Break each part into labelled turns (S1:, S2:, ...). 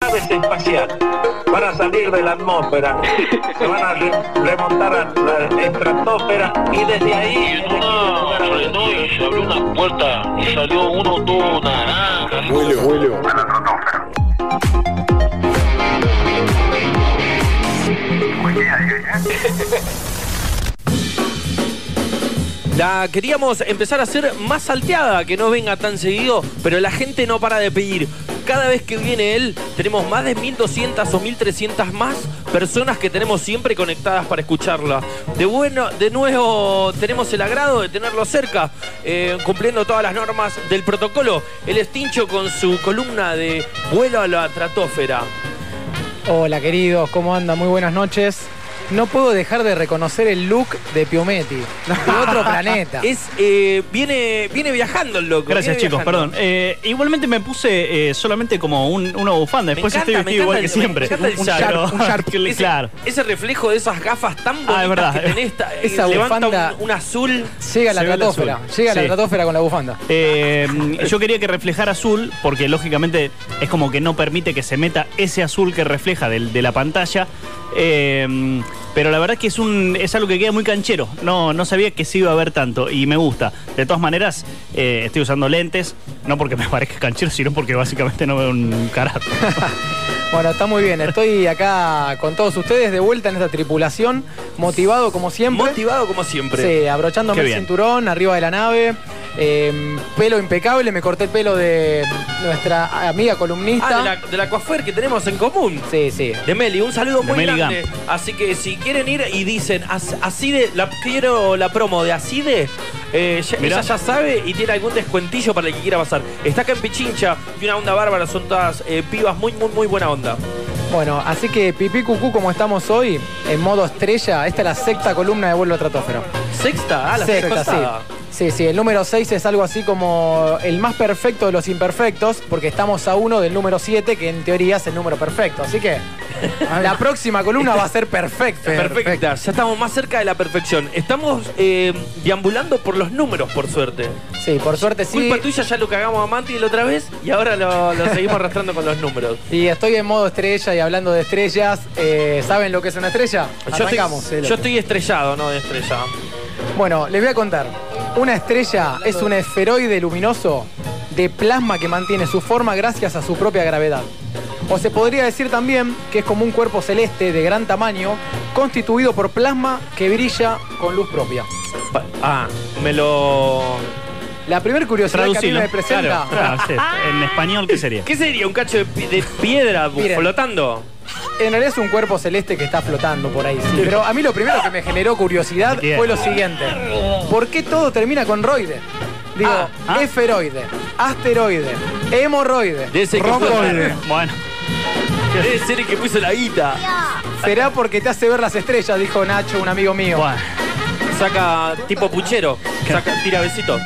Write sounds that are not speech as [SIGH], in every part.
S1: naves espaciales van a salir de la atmósfera, se van a re- remontar a la estratosfera y desde
S2: Y
S1: ahí...
S2: en una frenó y se abrió una puerta y salió uno todo naranja.
S3: La queríamos empezar a hacer más salteada, que no venga tan seguido, pero la gente no para de pedir. Cada vez que viene él, tenemos más de 1200 o 1300 más personas que tenemos siempre conectadas para escucharla. De bueno, de nuevo tenemos el agrado de tenerlo cerca, eh, cumpliendo todas las normas del protocolo. El estincho con su columna de vuelo a la tratósfera.
S4: Hola queridos, ¿cómo andan? Muy buenas noches. No puedo dejar de reconocer el look de Piometti, de [LAUGHS]
S5: [LAUGHS]
S4: otro planeta.
S3: Es, eh, viene, viene viajando el loco.
S5: Gracias
S3: viene
S5: chicos,
S3: viajando.
S5: perdón. Eh, igualmente me puse eh, solamente como un, una bufanda, después
S3: encanta,
S5: estoy
S3: me
S5: vestido igual que
S3: encanta el- me
S5: siempre.
S3: encanta el sharp,
S5: pero-
S4: un sharp.
S5: que-
S3: Ese,
S5: [LAUGHS] claro.
S3: ese reflejo de esas gafas tan bonitas
S5: Ah, es verdad.
S3: que tenés, ta- eh,
S4: Esa
S3: levanta
S4: bufanda-
S3: un, un azul.
S4: Llega a la
S5: Se ve el
S4: tratósfera,
S5: azul.
S4: llega a la
S5: Sí.
S4: tratósfera con la bufanda.
S5: Eh, yo quería que reflejara azul, porque lógicamente es como que no permite que se meta ese azul que refleja del- de la pantalla. Eh, pero la verdad que es un es algo que queda muy canchero. No, no sabía que se iba a ver tanto y me gusta. De todas maneras, eh, estoy usando lentes, no porque me [LAUGHS] parezca canchero, sino porque básicamente no veo un carajo.
S4: Bueno, está muy bien. Estoy acá con todos ustedes de vuelta en esta tripulación, motivado como siempre.
S3: Motivado como siempre.
S4: Sí, abrochándome
S5: Qué
S4: el
S5: bien.
S4: cinturón arriba de la nave. eh, pelo impecable, me corté el pelo de nuestra amiga columnista.
S3: Ah, de la, de la coafer que tenemos en común.
S4: Sí, sí.
S3: De Meli, un saludo
S5: De
S3: muy
S5: Meli
S3: grande. Así que si quieren ir y dicen, "As- así de, la, quiero la promo de así de, eh, ya-
S5: Mirá.
S3: ella ya sabe y tiene algún descuentillo para el que quiera pasar. Está acá en Pichincha y una onda bárbara, son todas eh, pibas muy, muy, muy buena onda.
S4: Bueno, así que pipí cucú como estamos hoy, en modo estrella, esta es la sexta columna de vuelo a Tratósfero.
S3: Sexta, ah, la sexta.
S4: Sexta, sí. Sí, sí, el número 6 es algo así como el más perfecto de los imperfectos, porque estamos a uno del número 7, que en teoría es el número perfecto. Así
S3: [LAUGHS]
S4: que la próxima columna va a ser perfecta.
S3: Perfecta, ya estamos más cerca de la perfección. Estamos eh, deambulando por los números, por suerte.
S4: Sí, por suerte sí.
S3: Culpa tuya ya lo cagamos a Manti la otra vez y ahora lo,
S4: [LAUGHS]
S3: lo seguimos arrastrando con los números.
S4: Y estoy en modo estrella y hablando de estrellas, eh, ¿saben lo que es una estrella?
S3: Yo estoy,
S4: Arrancamos. eh,
S3: yo estoy estrellado, no de estrella.
S4: Bueno, les voy a contar. Una estrella es un esferoide luminoso de plasma que mantiene su forma gracias a su propia gravedad. O se podría decir también que es como un cuerpo celeste de gran tamaño constituido por plasma que brilla con luz propia.
S3: Pa- Ah, me lo.
S4: La primera curiosidad que a mí
S5: Traducilo.
S4: me presenta...
S5: Claro, claro, sí. En español, ¿qué sería?
S3: ¿Qué sería? ¿Un cacho de, pi- de piedra bu-
S4: Miren.
S3: flotando?
S4: En realidad es un cuerpo celeste que está flotando por ahí, sí. Pero a mí lo primero que me generó curiosidad
S5: Bien.
S4: fue lo siguiente. ¿Por qué todo termina con roide? Digo,
S3: Ah,
S5: ah.
S4: esferoide, asteroide, hemorroide.
S3: Debe ser, que puso,
S4: romboide.
S5: Bueno,
S3: debe ser el que puso la guita.
S4: Será porque te hace ver las estrellas, dijo Nacho, un amigo mío.
S5: bueno.
S3: Saca tipo puchero. Saca, tira besito.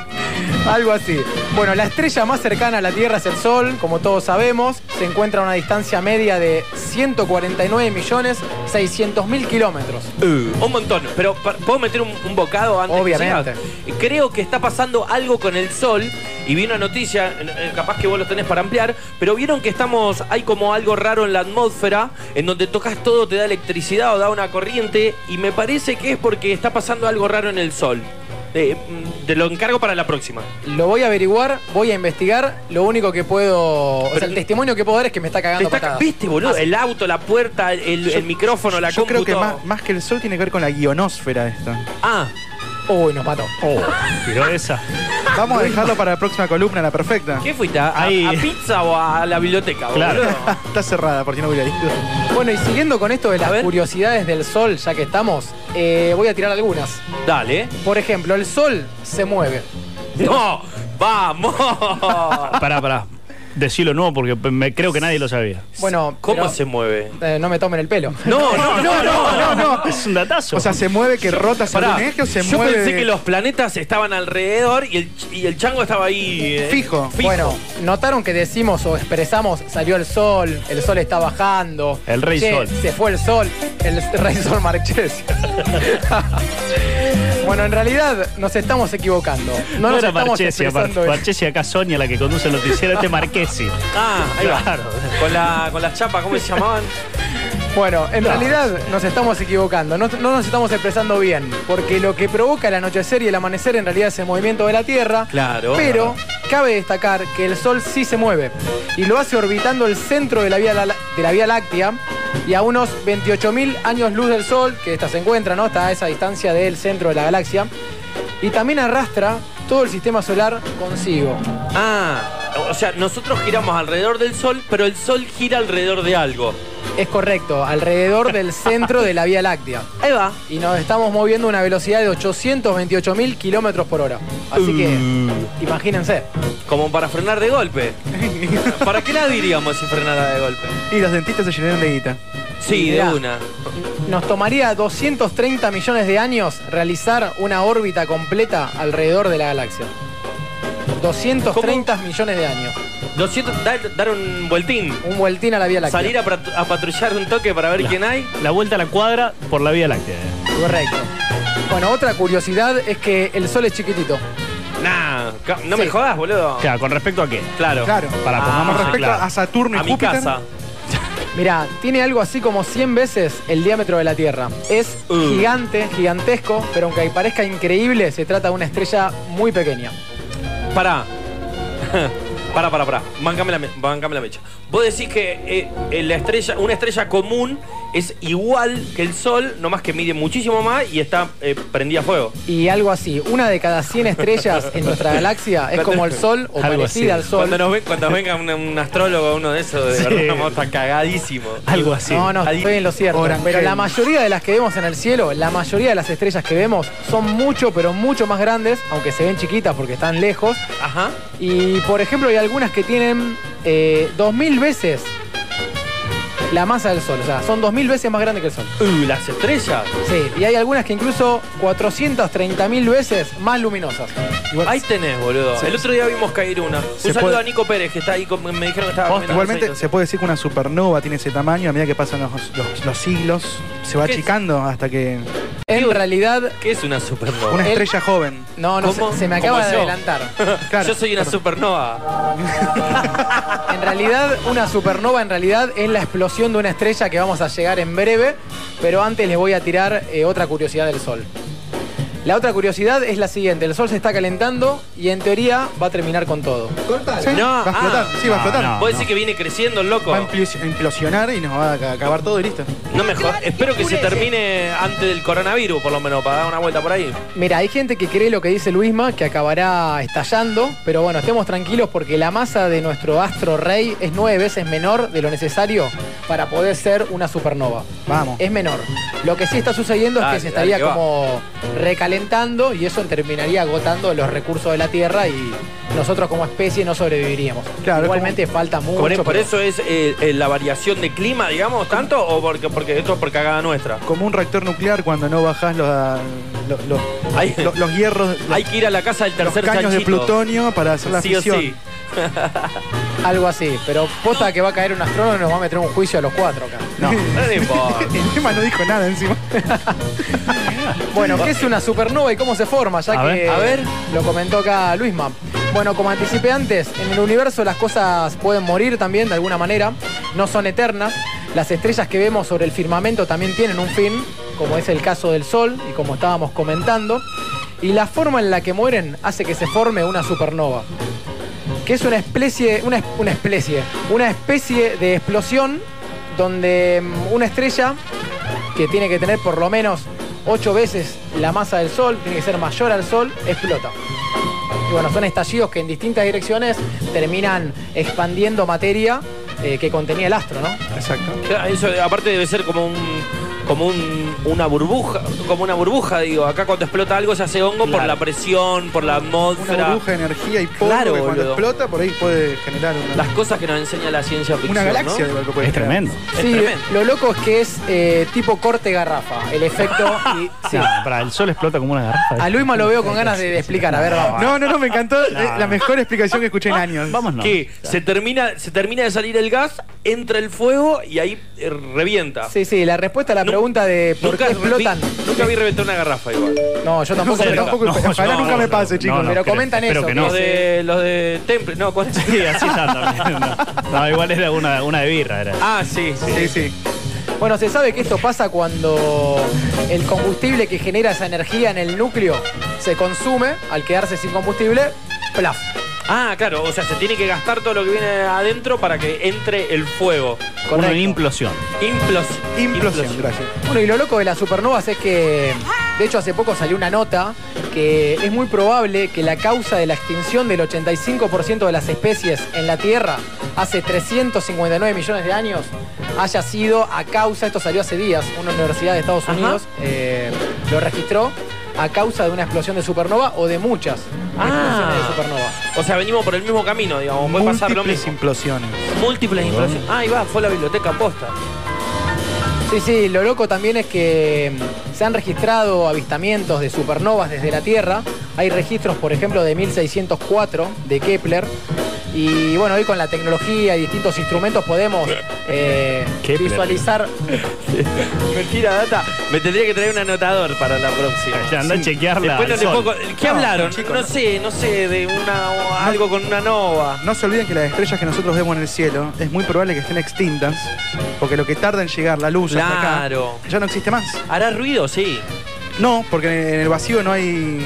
S4: Algo así. Bueno, la estrella más cercana a la Tierra es el Sol, como todos sabemos. Se encuentra a una distancia media de 149.600.000 kilómetros.
S3: Uh, Un montón, pero pa- ¿puedo meter un, un bocado antes? que
S4: Obviamente.
S3: sigas? Creo que está pasando algo con el sol y vi una noticia, en- en- capaz que vos lo tenés para ampliar, pero vieron que estamos, hay como algo raro en la atmósfera, en donde tocas todo, te da electricidad o da una corriente, y me parece que es porque está pasando algo raro en el sol. Eh, mm, te lo encargo para la próxima.
S4: Lo voy a averiguar, voy a investigar. Lo único que puedo. o sea,
S3: Pero-
S4: el testimonio que puedo dar es que me está
S3: Te
S4: cagando
S3: está-
S4: patadas.
S3: ¿Viste, boludo? El auto, la puerta, el, el micrófono, la
S6: Yo creo que
S3: cómputo.
S6: más, más que el sol tiene que ver con la guionósfera esto.
S3: Ah,
S4: Uy, nos mató.
S5: Pero Oh, esa.
S6: Vamos a dejarlo para la próxima columna, la perfecta.
S3: ¿qué fuiste? ¿A, a-
S5: Ahí.
S3: a pizza o a la biblioteca,
S5: Claro.
S3: boludo?
S6: Ah, [LAUGHS] Está cerrada, porque no hubiera ido.
S4: Bueno, y siguiendo con esto de
S3: A
S4: las
S3: ver.
S4: curiosidades del sol, ya que estamos, eh, voy a tirar algunas.
S3: Dale.
S4: Por ejemplo, el sol se mueve.
S3: ¡No! ¡Vamos!
S5: Pará, pará. Decilo nuevo porque me- creo que nadie lo sabía.
S4: Bueno,
S3: ¿Cómo
S4: pero-
S3: se mueve?
S4: Eh, no me tomen el pelo. [LAUGHS]
S3: No, no, no, no, no.
S5: [LAUGHS] Es un datazo.
S6: O sea, se mueve que rota según
S3: Pará,
S6: eje o se
S3: yo
S6: mueve.
S3: pensé que los planetas estaban alrededor y el, ch- y el chango estaba ahí. eh,
S6: Fijo.
S4: Bueno, notaron que decimos o expresamos, salió el sol, el sol está bajando.
S5: El rey
S4: Che,
S5: sol.
S4: [LAUGHS] Se fue el sol, el rey sol marchés. [LAUGHS] Bueno, en realidad nos estamos equivocando. No,
S5: No,
S4: nos
S5: era
S4: estamos
S5: Marchesi, aparte.
S4: expresando bien.
S5: Marchesi acá Sonia, la que conduce el noticiero, este Marquesi.
S3: Ah, ahí va.
S5: Claro.
S3: Con la, con las chapas, ¿cómo se llamaban?
S4: Bueno, en realidad nos estamos equivocando, no, no nos estamos expresando bien, porque lo que provoca el anochecer y el amanecer en realidad es el movimiento de la Tierra,
S3: Claro.
S4: pero cabe destacar que el Sol sí se mueve y lo hace orbitando el centro de la Vía, la- de la vía Láctea y a unos 28.000 años luz del Sol, que esta se encuentra, ¿no? Está a esa distancia del centro de la galaxia, y también arrastra todo el sistema solar consigo.
S3: Ah, o sea, nosotros giramos alrededor del sol, pero el sol gira alrededor de algo.
S4: Es correcto, alrededor del centro de la Vía Láctea.
S3: Ahí va.
S4: y nos estamos moviendo a una velocidad de 828.000 kilómetros por hora. Así que,
S3: Uh.
S4: imagínense.
S3: Como para frenar de golpe. ¿Para qué la diríamos si frenara de golpe?
S6: Y los dentistas se llenaron de guita.
S3: Sí, de
S4: Mirá.
S3: una.
S4: Nos tomaría 230 millones de años realizar una órbita completa alrededor de la galaxia. 230 millones de años.
S3: 200, dar, dar un vueltín.
S4: Un vueltín a la Vía Láctea.
S3: Salir a, pat- a patrullar un toque para ver
S5: Claro.
S3: quién hay.
S5: La vuelta a la cuadra por la Vía Láctea.
S4: Correcto. Bueno, otra curiosidad es que el Sol es chiquitito.
S3: Nah, ca- no me
S4: Sí.
S3: jodas, boludo.
S5: O sea, ¿con respecto a qué?
S3: Claro.
S6: Claro.
S5: Para,
S3: Ah,
S5: pongamos
S6: Con
S5: en
S6: respecto
S5: claro.
S6: a Saturno y
S3: A mi
S6: Júpiter.
S3: casa.
S4: Mirá, tiene algo así como 100 veces el diámetro de la Tierra. Es
S3: Uh.
S4: gigante, gigantesco, pero aunque parezca increíble, se trata de una estrella muy pequeña.
S3: Pará. [LAUGHS] Pará, pará, pará. Bancame la, me- bancame la mecha. Vos decís que eh, eh, la estrella, una estrella común es igual que el Sol, nomás que mide muchísimo más y está eh, prendida a fuego.
S4: Y algo así, una de cada 100 estrellas en nuestra galaxia es como el Sol o
S5: Algo
S4: parecida
S5: así.
S4: al Sol.
S3: Cuando nos ven, cuando venga un, un astrólogo, uno de esos, de
S5: Sí.
S3: verdad, vamos a estar cagadísimos.
S5: Algo así.
S4: No, no,
S3: Ahí-
S4: estoy en lo cierto.
S6: Orangel.
S4: Pero la mayoría de las que vemos en el cielo, la mayoría de las estrellas que vemos son mucho, pero mucho más grandes, aunque se ven chiquitas porque están lejos.
S3: Ajá.
S4: Y por ejemplo, hay algunas que tienen eh, 2000 veces la masa del Sol. O sea, son 2000 veces más grande que el Sol.
S3: Uh, las estrellas.
S4: Sí, y hay algunas que incluso 430.000 veces más luminosas. Igual-
S3: Ahí tenés, boludo.
S4: Sí.
S3: El otro día vimos caer una. Un
S6: Se
S3: saludo
S6: puede-
S3: a Nico Pérez, que está ahí, con- me dijeron que estaba... comiendo
S6: Igualmente
S3: aceite.
S6: se puede decir que una supernova tiene ese tamaño a medida que pasan los, los- los siglos, se va
S3: ¿Qué es?
S6: achicando hasta que
S4: en realidad,
S3: ¿Qué es una supernova?
S6: una
S4: El-
S6: estrella joven.
S4: no, no,
S3: ¿Cómo?
S4: se, se me
S3: ¿Cómo
S4: acaba de
S3: yo?
S4: adelantar.
S6: Claro.
S3: Yo soy una supernova.
S4: En realidad, una supernova en realidad es la explosión de una estrella que vamos a llegar en breve, pero antes les voy a tirar eh, otra curiosidad del Sol. La otra curiosidad es la siguiente, el Sol se está calentando y en teoría va a terminar con todo.
S6: Sí,
S3: No,
S6: va a
S3: ah.
S6: explotar, sí, va a
S5: No,
S6: explotar.
S5: no.
S3: Vos decís que viene creciendo el loco.
S6: Va a implos- a implosionar y nos va a acabar todo y listo.
S3: No mejor. Espero que se termine antes del coronavirus, por lo menos, para dar una vuelta por ahí.
S4: Mira, hay gente que cree lo que dice Luisma, que acabará estallando, pero bueno, estemos tranquilos porque la masa de nuestro astro rey es nueve veces menor de lo necesario para poder ser una supernova.
S6: Vamos.
S4: Es menor. Lo que sí está sucediendo es
S3: Dale,
S4: que se estaría
S3: dale, que va.
S4: como recalentando y eso terminaría agotando los recursos de la Tierra y nosotros como especie no sobreviviríamos.
S6: Claro,
S4: Igualmente falta mucho.
S3: Por, por
S4: pero-
S3: eso es eh, eh, la variación de clima, digamos, tanto, o porque, porque esto es por cagada nuestra.
S6: Como un reactor nuclear cuando no bajás los, ah, los, los-
S3: Hay-
S6: los- los hierros, los,
S3: Hay que ir a la casa del
S6: los
S3: tercer
S6: caños de
S3: chanchito.
S6: plutonio para hacer la
S3: Sí o
S6: fisión.
S3: sí.
S4: Algo así. Pero posta que va a caer un astrónomo y nos va a meter un juicio a los cuatro acá.
S3: No, no importa.
S6: El tema no dijo nada encima.
S3: [LAUGHS]
S4: Bueno, ¿qué es una supernova y cómo se forma? Ya
S5: A
S4: que
S5: ver,
S3: a ver.
S4: lo comentó acá Luisma. Bueno, como anticipé antes, en el universo las cosas pueden morir también de alguna manera, no son eternas. Las estrellas que vemos sobre el firmamento también tienen un fin, como es el caso del Sol y como estábamos comentando. Y la forma en la que mueren hace que se forme una supernova, que es una especie, una, una especie, una especie de explosión donde mm, una estrella que tiene que tener por lo menos ocho veces la masa del Sol, tiene que ser mayor al Sol, explota. Y bueno, son estallidos que en distintas direcciones terminan expandiendo materia eh, que contenía el astro, ¿no?
S6: Exacto.
S3: Eso eh, aparte debe ser como un como un- una burbuja, como una burbuja, digo, acá cuando explota algo se hace hongo por
S5: Claro.
S3: la presión, por la
S6: Una
S3: atmósfera,
S6: burbuja de energía y polvo
S3: Claro,
S6: que cuando
S3: boludo.
S6: explota por ahí puede generar una,
S3: las cosas que nos enseña la ciencia
S6: una
S3: ficción, ¿no?
S6: galaxia de lo que
S4: Pues,
S6: puede
S5: Es
S6: generar.
S5: tremendo.
S3: Es
S4: sí,
S3: tremendo.
S4: lo loco es que es eh, tipo corte garrafa, el efecto.
S5: [LAUGHS]
S4: y- sí.
S5: No, para el sol explota como una garrafa.
S4: A Luisma lo veo con ganas de, de explicar, a ver, vamos.
S6: No, no, no,
S3: [LAUGHS]
S6: me encantó. eh, La mejor explicación que escuché en años.
S5: Ah, Vamos no.
S3: que se termina se termina de salir el gas, entra el fuego y ahí eh, revienta.
S4: Sí, sí, la respuesta a la
S3: Nunca
S4: pregunta de por
S3: Nunca,
S4: qué
S3: vi-
S4: explotan.
S3: nunca vi reventar una garrafa igual.
S4: No, yo tampoco.
S5: Cerca.
S4: pero tampoco
S5: No,
S4: ojalá
S5: no,
S4: nunca
S5: no,
S4: me
S5: no,
S4: pase,
S5: no,
S4: chicos.
S5: no,
S4: pero
S5: creo-
S4: comentan
S5: espero
S4: eso.
S5: que no.
S3: Los de, los de Temple. No, ¿cuál es?
S5: Sí, así está también. No, [LAUGHS] No, igual era una, una de birra. Era.
S3: [LAUGHS] Ah, sí, sí.
S6: Sí, sí.
S4: Bueno, se sabe que esto pasa cuando el combustible que genera esa energía en el núcleo se consume, al quedarse sin combustible, plaf.
S3: Ah, claro, o sea, se tiene que gastar todo lo que viene adentro para que entre el fuego.
S5: Una
S4: Correcto.
S5: implosión.
S3: Implos-
S6: Implosión, gracias.
S4: Bueno, y lo loco de las supernovas es que, de hecho, hace poco salió una nota que es muy probable que la causa de la extinción del 85% de las especies en la Tierra hace 359 millones de años haya sido a causa, esto salió hace días, una universidad de Estados
S3: Ajá.
S4: Unidos eh, lo registró, a causa de una explosión de supernova o de muchas explosiones de
S3: Ah.
S4: supernova.
S3: O sea, venimos por el mismo camino, digamos. Puede pasar lo
S6: Múltiples
S3: mismo.
S6: implosiones.
S3: Múltiples inflaciones. Ah, ahí va, fue la biblioteca posta.
S4: Sí, sí, lo loco también es que mm, se han registrado avistamientos de supernovas desde la Tierra. Hay registros, por ejemplo, de 1604 de Kepler. Y bueno, hoy con la tecnología y distintos instrumentos podemos eh,
S5: Kepler.
S4: visualizar.
S3: Mentira, data. Me tendría que traer un anotador para la próxima.
S5: Ya, Anda a chequearla.
S3: Después no
S5: al
S3: le
S5: sol.
S3: puedo co- ¿Qué
S6: No,
S3: hablaron?
S6: chicos,
S3: no,
S6: no.
S3: sé, no sé, de una o algo con una nova.
S6: No se olviden que las estrellas que nosotros vemos en el cielo es muy probable que estén extintas, porque lo que tarda en llegar la luz hasta acá
S3: Claro.
S6: ya no existe más.
S3: Hará ruido, sí.
S6: No, porque en el vacío no hay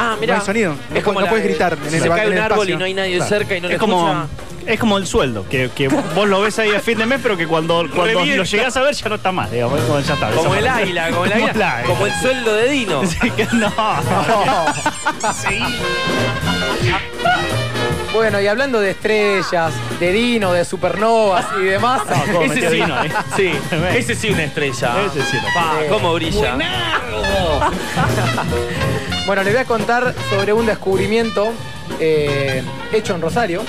S3: Ah, mira.
S6: No hay sonido. No pu- no
S3: la
S6: puedes
S3: de-
S6: gritar en
S3: se
S6: el-
S3: cae
S6: en
S3: un
S6: el
S3: árbol y
S6: espacio.
S3: no hay nadie
S6: Claro.
S3: cerca y no lo
S5: Es como,
S3: escucha.
S5: es como el sueldo, que, que vos lo ves ahí a fin de mes, pero que cuando, cuando
S3: Revienta.
S5: lo llegás a ver ya no está más, digamos, es como, ya está.
S3: Como el
S5: [LAUGHS]
S3: águila, como el águila. Como el sueldo de
S4: [LAUGHS]
S3: Dino.
S5: Sí, que
S3: [LAUGHS]
S5: no.
S4: Bueno, y hablando de estrellas, de dino, de supernovas y demás. [LAUGHS]
S5: ¿cómo
S3: Ese
S5: metió
S3: sí.
S5: Dino ahí? [LAUGHS] Ah,
S3: Sí, ese sí una estrella.
S5: Ese sí una
S3: Pa,
S4: estrella.
S3: cómo brilla.
S4: Bueno, les voy a contar sobre un descubrimiento eh, hecho en Rosario,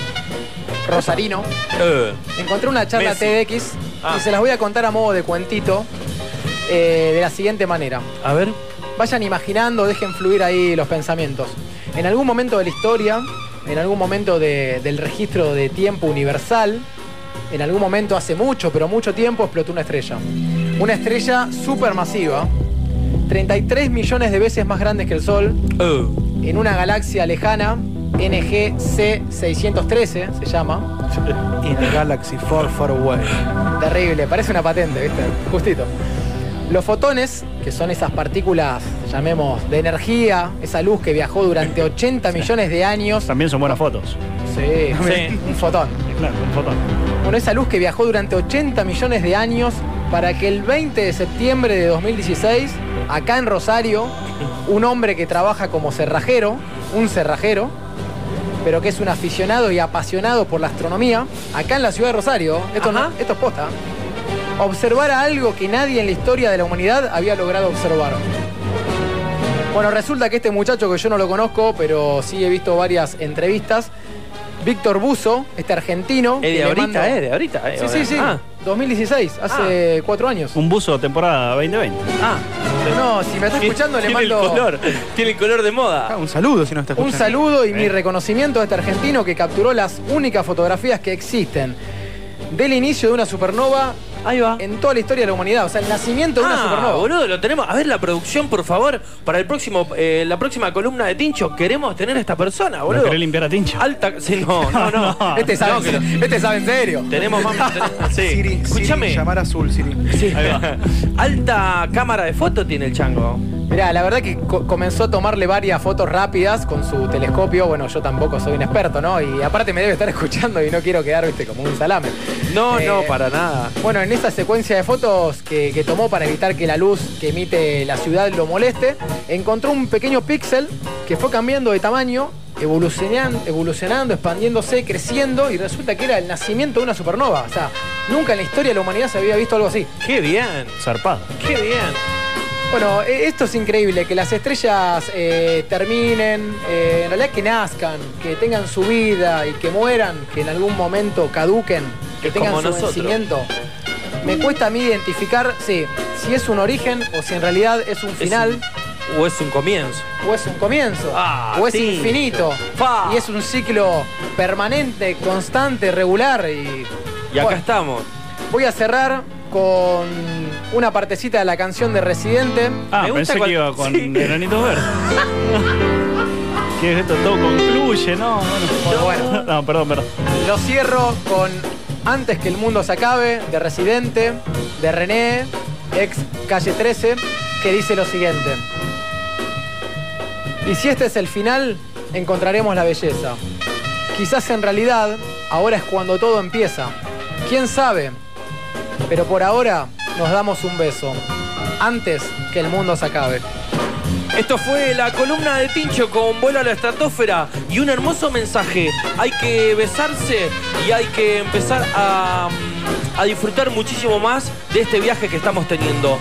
S4: Rosarino.
S3: Eh,
S4: Encontré una charla
S3: Messi.
S4: TDX
S3: Ah.
S4: y se las voy a contar a modo de cuentito eh, de la siguiente manera.
S3: a ver.
S4: Vayan imaginando, dejen fluir ahí los pensamientos. En algún momento de la historia, en algún momento de- del registro de tiempo universal, en algún momento hace mucho, pero mucho tiempo, explotó una estrella. Una estrella supermasiva, 33 millones de veces más grande que el Sol,
S3: Eh,
S4: en una galaxia lejana, NGC 613 se llama.
S6: In the Galaxy Far Far Away.
S4: Terrible, parece una patente, ¿viste? Justito. Los fotones, que son esas partículas, llamemos, de energía, esa luz que viajó durante 80 millones de años.
S5: También son buenas fotos.
S4: Sí,
S3: Sí.
S4: un fotón.
S5: Claro, son fotos.
S4: Bueno, esa luz que viajó durante 80 millones de años para que el 20 de septiembre de 2016, acá en Rosario, un hombre que trabaja como cerrajero, un cerrajero, pero que es un aficionado y apasionado por la astronomía, acá en la ciudad de Rosario, esto, no-
S3: Ajá.
S4: esto es posta, observara algo que nadie en la historia de la humanidad había logrado observar. Bueno, resulta que este muchacho que yo no lo conozco, pero sí he visto varias entrevistas, Víctor Buzo, este argentino.
S3: Es
S4: que
S3: de
S4: le mando-
S3: ahorita, eh, de ahorita. eh,
S4: Sí, sí, sí.
S3: Ah,
S4: 2016, hace cuatro años.
S5: Un buzo temporada 2020.
S3: ah.
S4: No, si me está escuchando le
S3: tiene
S4: mando
S3: el color, tiene el color de moda.
S6: Ah, un saludo si no está
S4: un
S6: escuchando.
S4: saludo y mi
S3: Eh.
S4: reconocimiento a este argentino que capturó las únicas fotografías que existen del inicio de una supernova
S3: Ahí va.
S4: en toda la historia de la humanidad, o sea, el nacimiento de una
S3: Ah,
S4: supernova.
S3: boludo, lo tenemos. A ver la producción, por favor, para el próximo, eh, la próxima columna de Tincho. Queremos tener a esta persona,
S5: ¿Lo
S3: boludo.
S5: querés limpiar a Tincho?
S3: Alta. Sí, no, [LAUGHS] no, no.
S5: No.
S4: Este sabe,
S3: No, que lo-
S4: este sabe en serio.
S3: Tenemos más. [LAUGHS] ten- Sí.
S6: Siri, Siri,
S3: Escúchame.
S6: llamar a Azul, Siri.
S4: Sí.
S5: Ahí va.
S3: [LAUGHS] Alta cámara de foto tiene el chango.
S4: Mirá, la verdad que co- comenzó a tomarle varias fotos rápidas con su telescopio. Bueno, yo tampoco soy un experto, ¿no? Y aparte me debe estar [LAUGHS] escuchando y no quiero quedar, viste, como un salame.
S3: No,
S4: Eh,
S3: no, para nada.
S4: Bueno, en esa secuencia de fotos que, que tomó para evitar que la luz que emite la ciudad lo moleste, encontró un pequeño píxel que fue cambiando de tamaño, evolucionando, evolucionando, expandiéndose, creciendo y resulta que era el nacimiento de una supernova. O sea, nunca en la historia de la humanidad se había visto algo así.
S3: Qué bien.
S5: Zarpado.
S3: Qué bien.
S4: Bueno, e- esto es increíble, que las estrellas eh, terminen, eh, en realidad que nazcan, que tengan su vida y que mueran, que en algún momento caduquen, que
S3: Es
S4: tengan
S3: como
S4: su
S3: nosotros.
S4: vencimiento. Me cuesta a mí identificar sí, si es un origen o si en realidad es un final
S3: Es un- o es un comienzo.
S4: o es un comienzo
S3: Ah,
S4: o es
S3: sí.
S4: infinito
S3: Pa.
S4: y es un ciclo permanente, constante, regular y,
S3: Y acá
S4: Bueno,
S3: estamos.
S4: Voy a cerrar con una partecita de la canción de Residente.
S5: Ah,
S3: Me gusta
S5: pensé
S3: cual-
S5: que iba
S3: [LAUGHS]
S5: con
S3: Sí.
S5: granitos verdes. que esto todo concluye, ¿no?
S3: Ah, [LAUGHS]
S4: Bueno, bueno.
S5: No, perdón, perdón.
S4: Lo cierro con Antes que el mundo se acabe, de Residente, de René, ex calle 13, que dice lo siguiente. Y si este es el final, encontraremos la belleza. Quizás en realidad, ahora es cuando todo empieza. ¿Quién sabe? Pero por ahora nos damos un beso. Antes que el mundo se acabe.
S3: Esto fue la columna de Tincho con vuelo a la estratosfera y un hermoso mensaje. Hay que besarse y hay que empezar a, a disfrutar muchísimo más de este viaje que estamos teniendo.